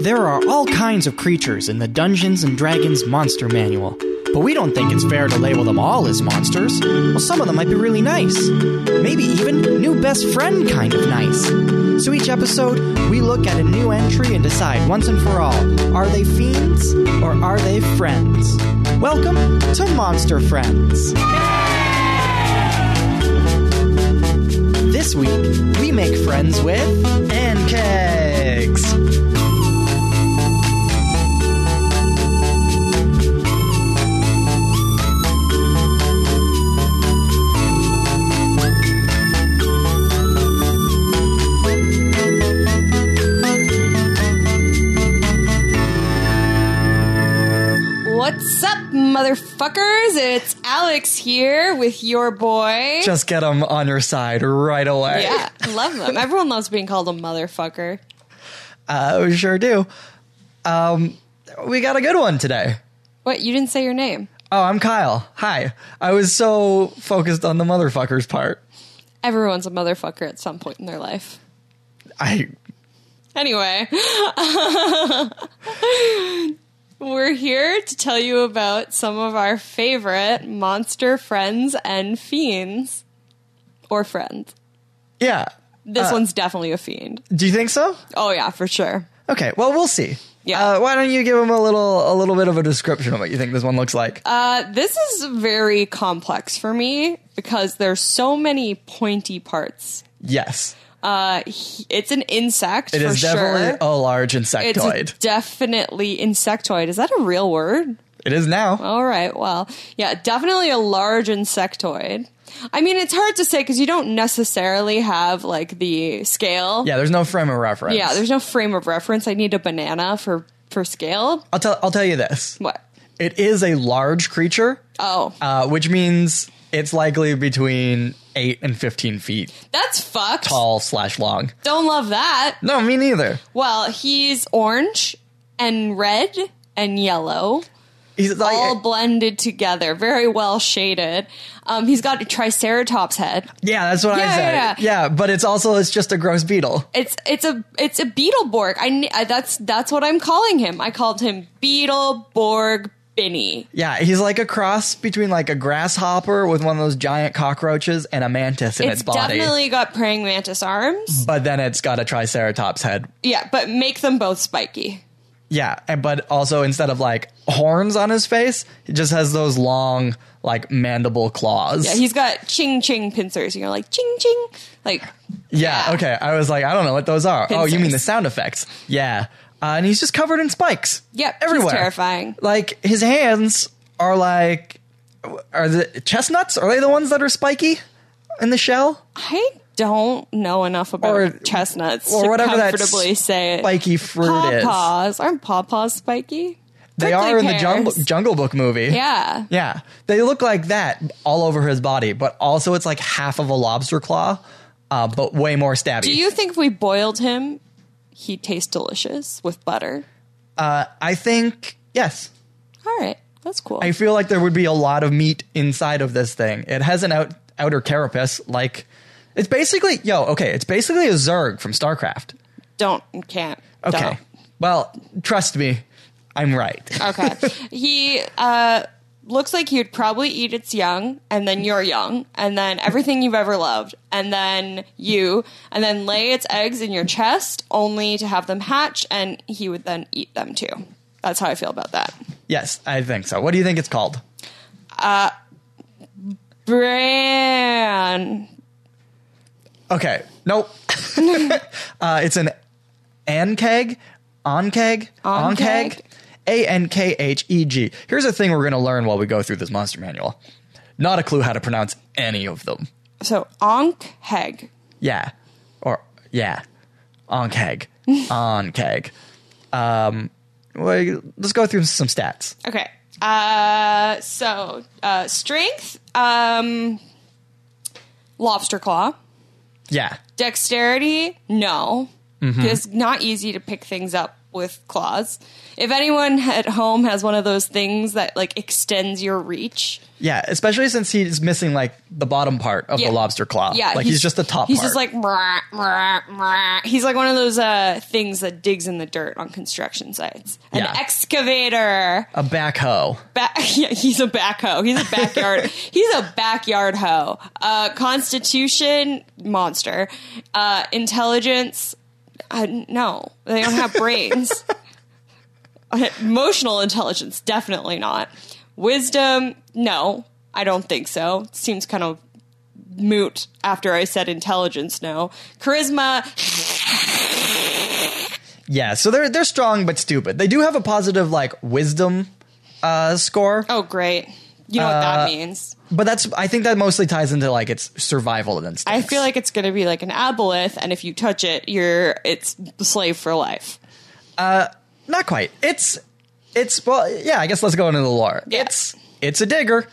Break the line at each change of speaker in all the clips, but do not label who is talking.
There are all kinds of creatures in the Dungeons and Dragons Monster Manual, but we don't think it's fair to label them all as monsters. Well, some of them might be really nice. Maybe even new best friend kind of nice. So each episode, we look at a new entry and decide once and for all are they fiends or are they friends? Welcome to Monster Friends. This week, we make friends with pancakes.
What's up, motherfuckers? It's Alex here with your boy.
Just get them on your side right away.
yeah, I love them. Everyone loves being called a motherfucker.
Uh, we sure do. Um, we got a good one today.
What? You didn't say your name.
Oh, I'm Kyle. Hi. I was so focused on the motherfuckers part.
Everyone's a motherfucker at some point in their life.
I
Anyway, we're here to tell you about some of our favorite monster friends and fiends. Or friends.
yeah.
This one's definitely a fiend.
Do you think so?
Oh, yeah, for sure.
Okay. Well, we'll see.
Yeah.
Uh, why don't you give them a little a little bit of a description of what you think this one looks like?
Uh, this is very complex for me because there's so many pointy parts.
yes.
Uh, he- it's an insect
It
for
is definitely
sure.
a large
it's
insectoid.
definitely insectoid. Is that a real word?
it is now.
All right. Well, yeah, definitely a large insectoid. I mean, it's hard to say because you don't necessarily have like the scale.
Yeah, there's no frame of reference.
Yeah. There's no frame of reference. I need a banana for for scale.
I'll tell I'll tell you this.
What?
It is a large creature,
Oh,
uh, which means it's likely between eight and fifteen feet
that's fucked.
tall slash long.
Don't love that.
No, me neither.
Well, he's orange and red and yellow,
He's like
all blended together, very well shaded. Um, he's got a triceratops head.
yeah, that's what I
Yeah,
said.
yeah,
but it's also it's just a gross beetle.
It's it's a it's a Beetleborg. I, kn- I that's that's what I'm calling him. I called him Beetleborg Binny.
Yeah, he's like a cross between like a grasshopper with one of those giant cockroaches and a mantis in its,
It's
body.
definitely got praying mantis arms.
but then it's got a triceratops head.
Yeah, but make them both spiky.
Yeah, and, but also instead of like horns on his face, he just has those long like mandible claws.
Yeah, he's got ching ching pincers. You're like ching ching, like
Yeah,
Yeah.
okay. I was like, I don't know what those are. Oh, you
Pincers.
mean the sound effects? Yeah. Uh, and he's just covered in spikes.
Yep, he's
everywhere.
terrifying.
Like his hands are like, are the chestnuts? Are they the ones that are spiky in the shell?
I don't know enough about
Or-
chestnuts
or
to
whatever that
comfortably say it.
Spiky fruit is.
pawpaws aren't pawpaws spiky?
They
Prickly
are in the
pears.
jungle, jungle Book movie.
Yeah,
Yeah, they look like that all over his body, but also it's like half of a lobster claw, uh, but way more stabby.
Do you think if we boiled him, he'd taste delicious with butter?
I think yes.
All right, that's cool.
I feel like there would be a lot of meat inside of this thing. It has an out, outer carapace, like it's basically yo. Okay, it's basically a zerg from StarCraft.
don't can't.
Okay,
Don't.
well, trust me, I'm right.
Okay. he uh, looks like he would probably eat its young, and then you're young, and then everything you've ever loved, and then you, and then lay its eggs in your chest, only to have them hatch, and he would then eat them too. That's how I feel about that.
yes, I think so. What do you think it's called?
Bran.
Okay, nope. uh, it's an ankeg, onkeg,
Onkeg?
onkeg, a n k h e g. Here's a thing we're gonna learn while we go through this monster manual. Not a clue how to pronounce any of them.
So Onk Heg.
Yeah. Or yeah. On keg. On keg. Um well, let's go through some stats.
Okay. Uh, so uh, strength, um, lobster claw,
Yeah. Mm-hmm.
dexterity. No, it's not easy to pick things up with claws. If anyone at home has one of those things that like extends your reach,
Yeah, especially since he's missing like the bottom part of
Yeah.
the lobster claw.
yeah,
Oh, like he's, just the top.
He's
part.
just like "Mrah, mrah, mrah." he's like one of those uh, things that digs in the dirt on construction sites. An
Yeah.
excavator.
a backhoe.
Back, yeah, he's a backhoe. He's a backyard. he's a backyard hoe. Uh, constitution monster. Uh, intelligence. Uh, no, they don't have brains. Uh, Emotional intelligence, definitely not. Wisdom, no, I don't think so. Seems kind of moot after I said intelligence. No, charisma,
Yeah, so they're they're strong but stupid. They do have a positive like wisdom uh score,
oh great. You know what
Uh,
that means.
but that's I think that mostly ties into like its survival and
I
instincts.
feel like it's going to be like an aboleth, and if you touch it, you're it's slave for life.
not quite. It's it's well, yeah. I guess let's go into the lore.
Yeah. Oh,
It's it's a digger.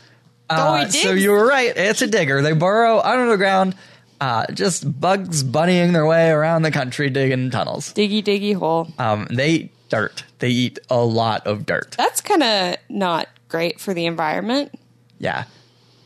Uh,
it
so
digs.
you were right. It's a digger. They burrow underground, uh, just bugs bunnying their way around the country, digging tunnels.
Diggy diggy hole.
Um, they eat dirt. They eat a lot of dirt.
That's kind of not great for the environment.
Yeah.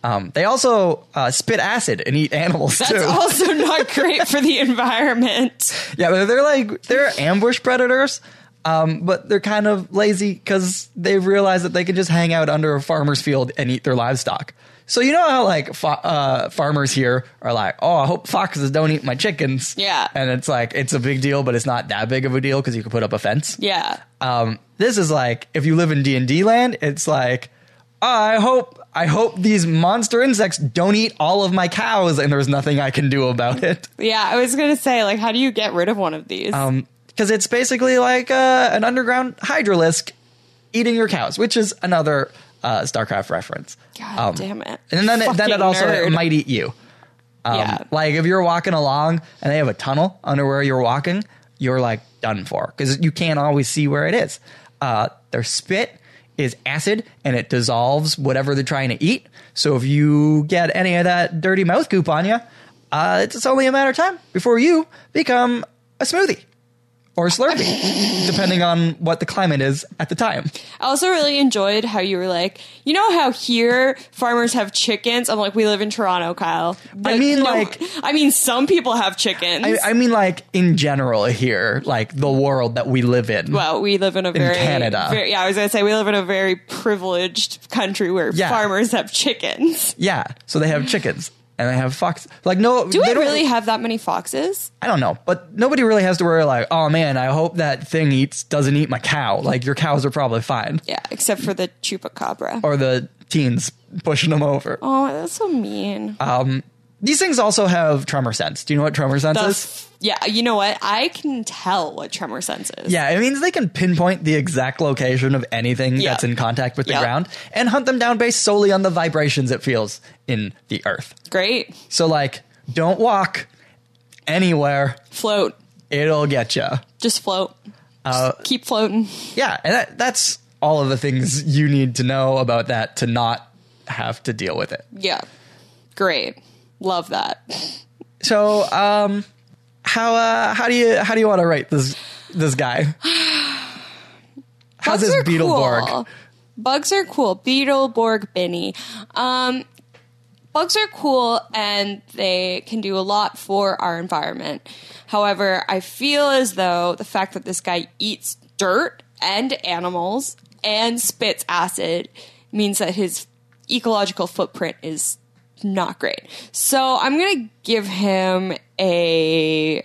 Um, they also uh, spit acid and eat animals
That's
too.
also not great for the environment.
Yeah, they're, they're like they're ambush predators, um, but they're kind of lazy because they've realized that they can just hang out under a farmer's field and eat their livestock. So you know how like fa- uh, farmers here are like, oh, I hope foxes don't eat my chickens.
Yeah.
and it's like it's a big deal, but it's not that big of a deal because you can put up a fence.
Yeah.
Um, this is like if you live in D and D land, it's like I hope I hope these monster insects don't eat all of my cows, and there's nothing I can do about it.
Yeah, I was going to say, like, how do you get rid of one of these?
Um, because it's basically like uh, an underground hydralisk eating your cows, which is another uh, StarCraft reference. Um,
God damn it.
And then it, then it
Fucking
also
nerd.
might eat you. Um,
yeah.
Like if you're walking along and they have a tunnel under where you're walking, you're like done for because you can't always see where it is. Uh, their spit is acid and it dissolves whatever they're trying to eat. So if you get any of that dirty mouth goop on you, uh, it's it's only a matter of time before you become a smoothie or Slurpee, depending on what the climate is at the time.
I also really enjoyed how you were like, you know how here farmers have chickens? I'm like, we live in Toronto, Kyle. But
mean, like-
I mean, some people have chickens.
I, I mean, like in general here, like the world that we live in.
well, we live in a very
Canada.
very- yeah, I was gonna say we live in a very privileged country where
Yeah.
farmers have chickens.
Yeah. So they have chickens and they have foxes. Like no,
Do
they
we
don't-
really have that many foxes?
I don't know, but nobody really has to worry. Like, oh man, I hope that thing eats doesn't eat my cow. Like your cows are probably fine,
Yeah, except for the chupacabra.
or the teens pushing them over.
oh, that's so mean.
Uh, These things also have tremor sense. Do you know what tremor sense
The
is?
f- yeah, you know what? I can tell what tremor sense is.
Yeah, it means they can pinpoint the exact location of anything
Yeah.
that's in contact with the
Yeah.
ground and hunt them down based solely on the vibrations it feels in the earth.
Great.
So like, don't walk anywhere;
Float.
it'll get you.
Just float.
Uh,
Just keep floating.
yeah, and that, that's all of the things you need to know about that to not have to deal with it.
Yeah. Great. Love that.
So, um, how uh, how do you how do you want to rate this this guy? How's
Bugs
this
are
Beetleborg?
Cool. Bugs are cool. Beetleborg Benny. Um, bugs are cool and they can do a lot for our environment. However, I feel as though the fact that this guy eats dirt and animals and spits acid means that his ecological footprint is not great. So I'm going to give him a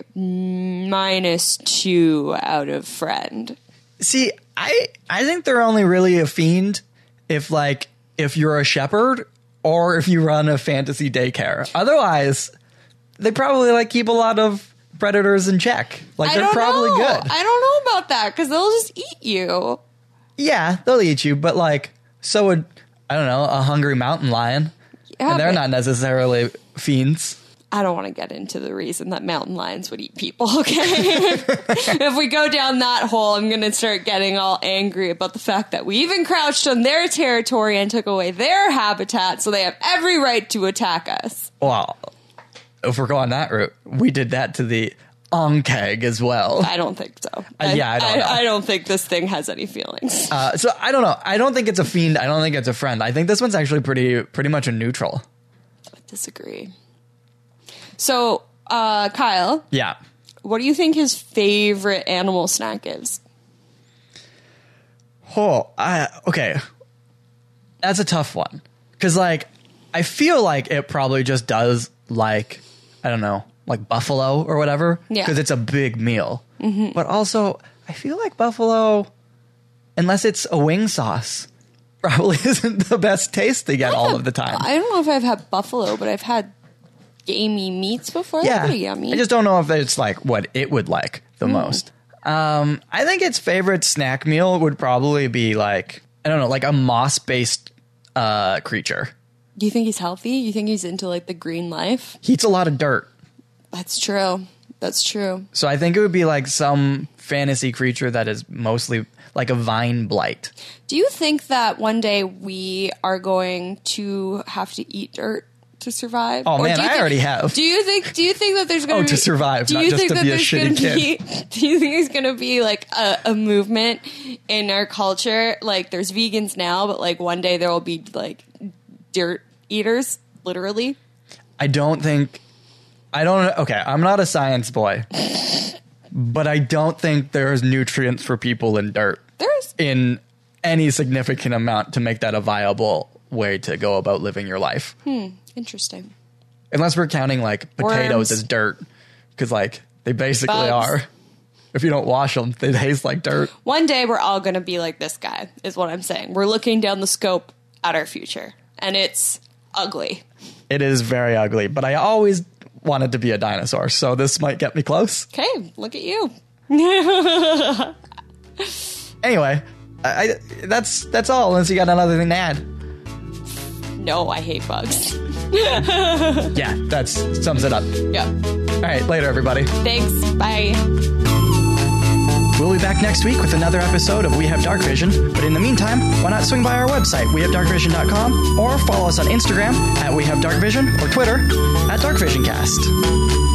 minus two out of friend.
See, I I think they're only really a fiend if like if you're a shepherd or if you run a fantasy daycare. Otherwise, they probably like keep a lot of predators in check. Like
I
they're
don't
probably
know.
good.
I don't know about that because they'll just eat you.
Yeah, they'll eat you, but like, so would I don't know a hungry mountain lion,
Yeah,
and they're
but-
not necessarily fiends.
I don't want to get into the reason that mountain lions would eat people. Okay, if we go down that hole, I'm going to start getting all angry about the fact that we even crouched on their territory and took away their habitat, so they have every right to attack us.
Well, if we're going that route, we did that to the onkeg as well.
I don't think so.
Uh, yeah, I don't know.
I, don't think this thing has any feelings.
Uh, so I don't know. I don't think it's a fiend. I don't think it's a friend. I think this one's actually pretty pretty much a neutral.
Disagree. So, uh, Kyle,
Yeah.
what do you think his favorite animal snack is?
Oh, I, okay. That's a tough one. Cause like, I feel like it probably just does like, I don't know, like buffalo or whatever.
Yeah.
Cause it's a big meal. But also, I feel like buffalo, unless it's a wing sauce, probably isn't the best taste to get all of the time.
I don't know if I've had buffalo, but I've had gamey meats before. They're
yeah.
pretty yummy. Mm.
I just don't know if it's like what it would like the most. Um, I think its favorite snack meal would probably be like, I don't know, like a moss based uh, creature.
do you think he's healthy? You think he's into like the green life?
He eats a lot of dirt.
That's true. That's true.
So I think it would be like some fantasy creature that is mostly like a vine blight.
Do you think that one day we are going to have to eat dirt to survive?
Oh, man,
do you
I
think-
already have.
Do you think? Do you think that there's going
Oh,
be
to survive,
Do
not
you
just
think
to
that
be a
there's
shitty
gonna Be, do you think there's going to be like a, a movement in our culture? Like there's vegans now, but like one day there will be like dirt eaters, literally.
I don't think I don't okay, I'm not a science boy. but I don't think there's nutrients for people in dirt
There's
in any significant amount to make that a viable way to go about living your life.
Hmm. interesting.
Unless we're counting like potatoes
Worms.
as dirt cuz like they basically
Bugs.
are. If you don't wash them, they taste like dirt.
One day we're all going to be like this guy. Is what I'm saying. We're looking down the scope at our future, and it's ugly.
It is very ugly, but I always wanted to be a dinosaur, so this might get me close.
Okay, look at you.
Anyway, I, I that's that's all. Unless you got another thing to add.
No, I hate bugs.
Yeah, that sums it up.
Yeah.
All right, later, everybody.
Thanks. Bye.
We'll be back next week with another episode of We Have Dark Vision. But in the meantime, why not swing by our website, wehavedarkvision.com, or follow us on Instagram at We Have Dark Vision or Twitter at DarkVisionCast.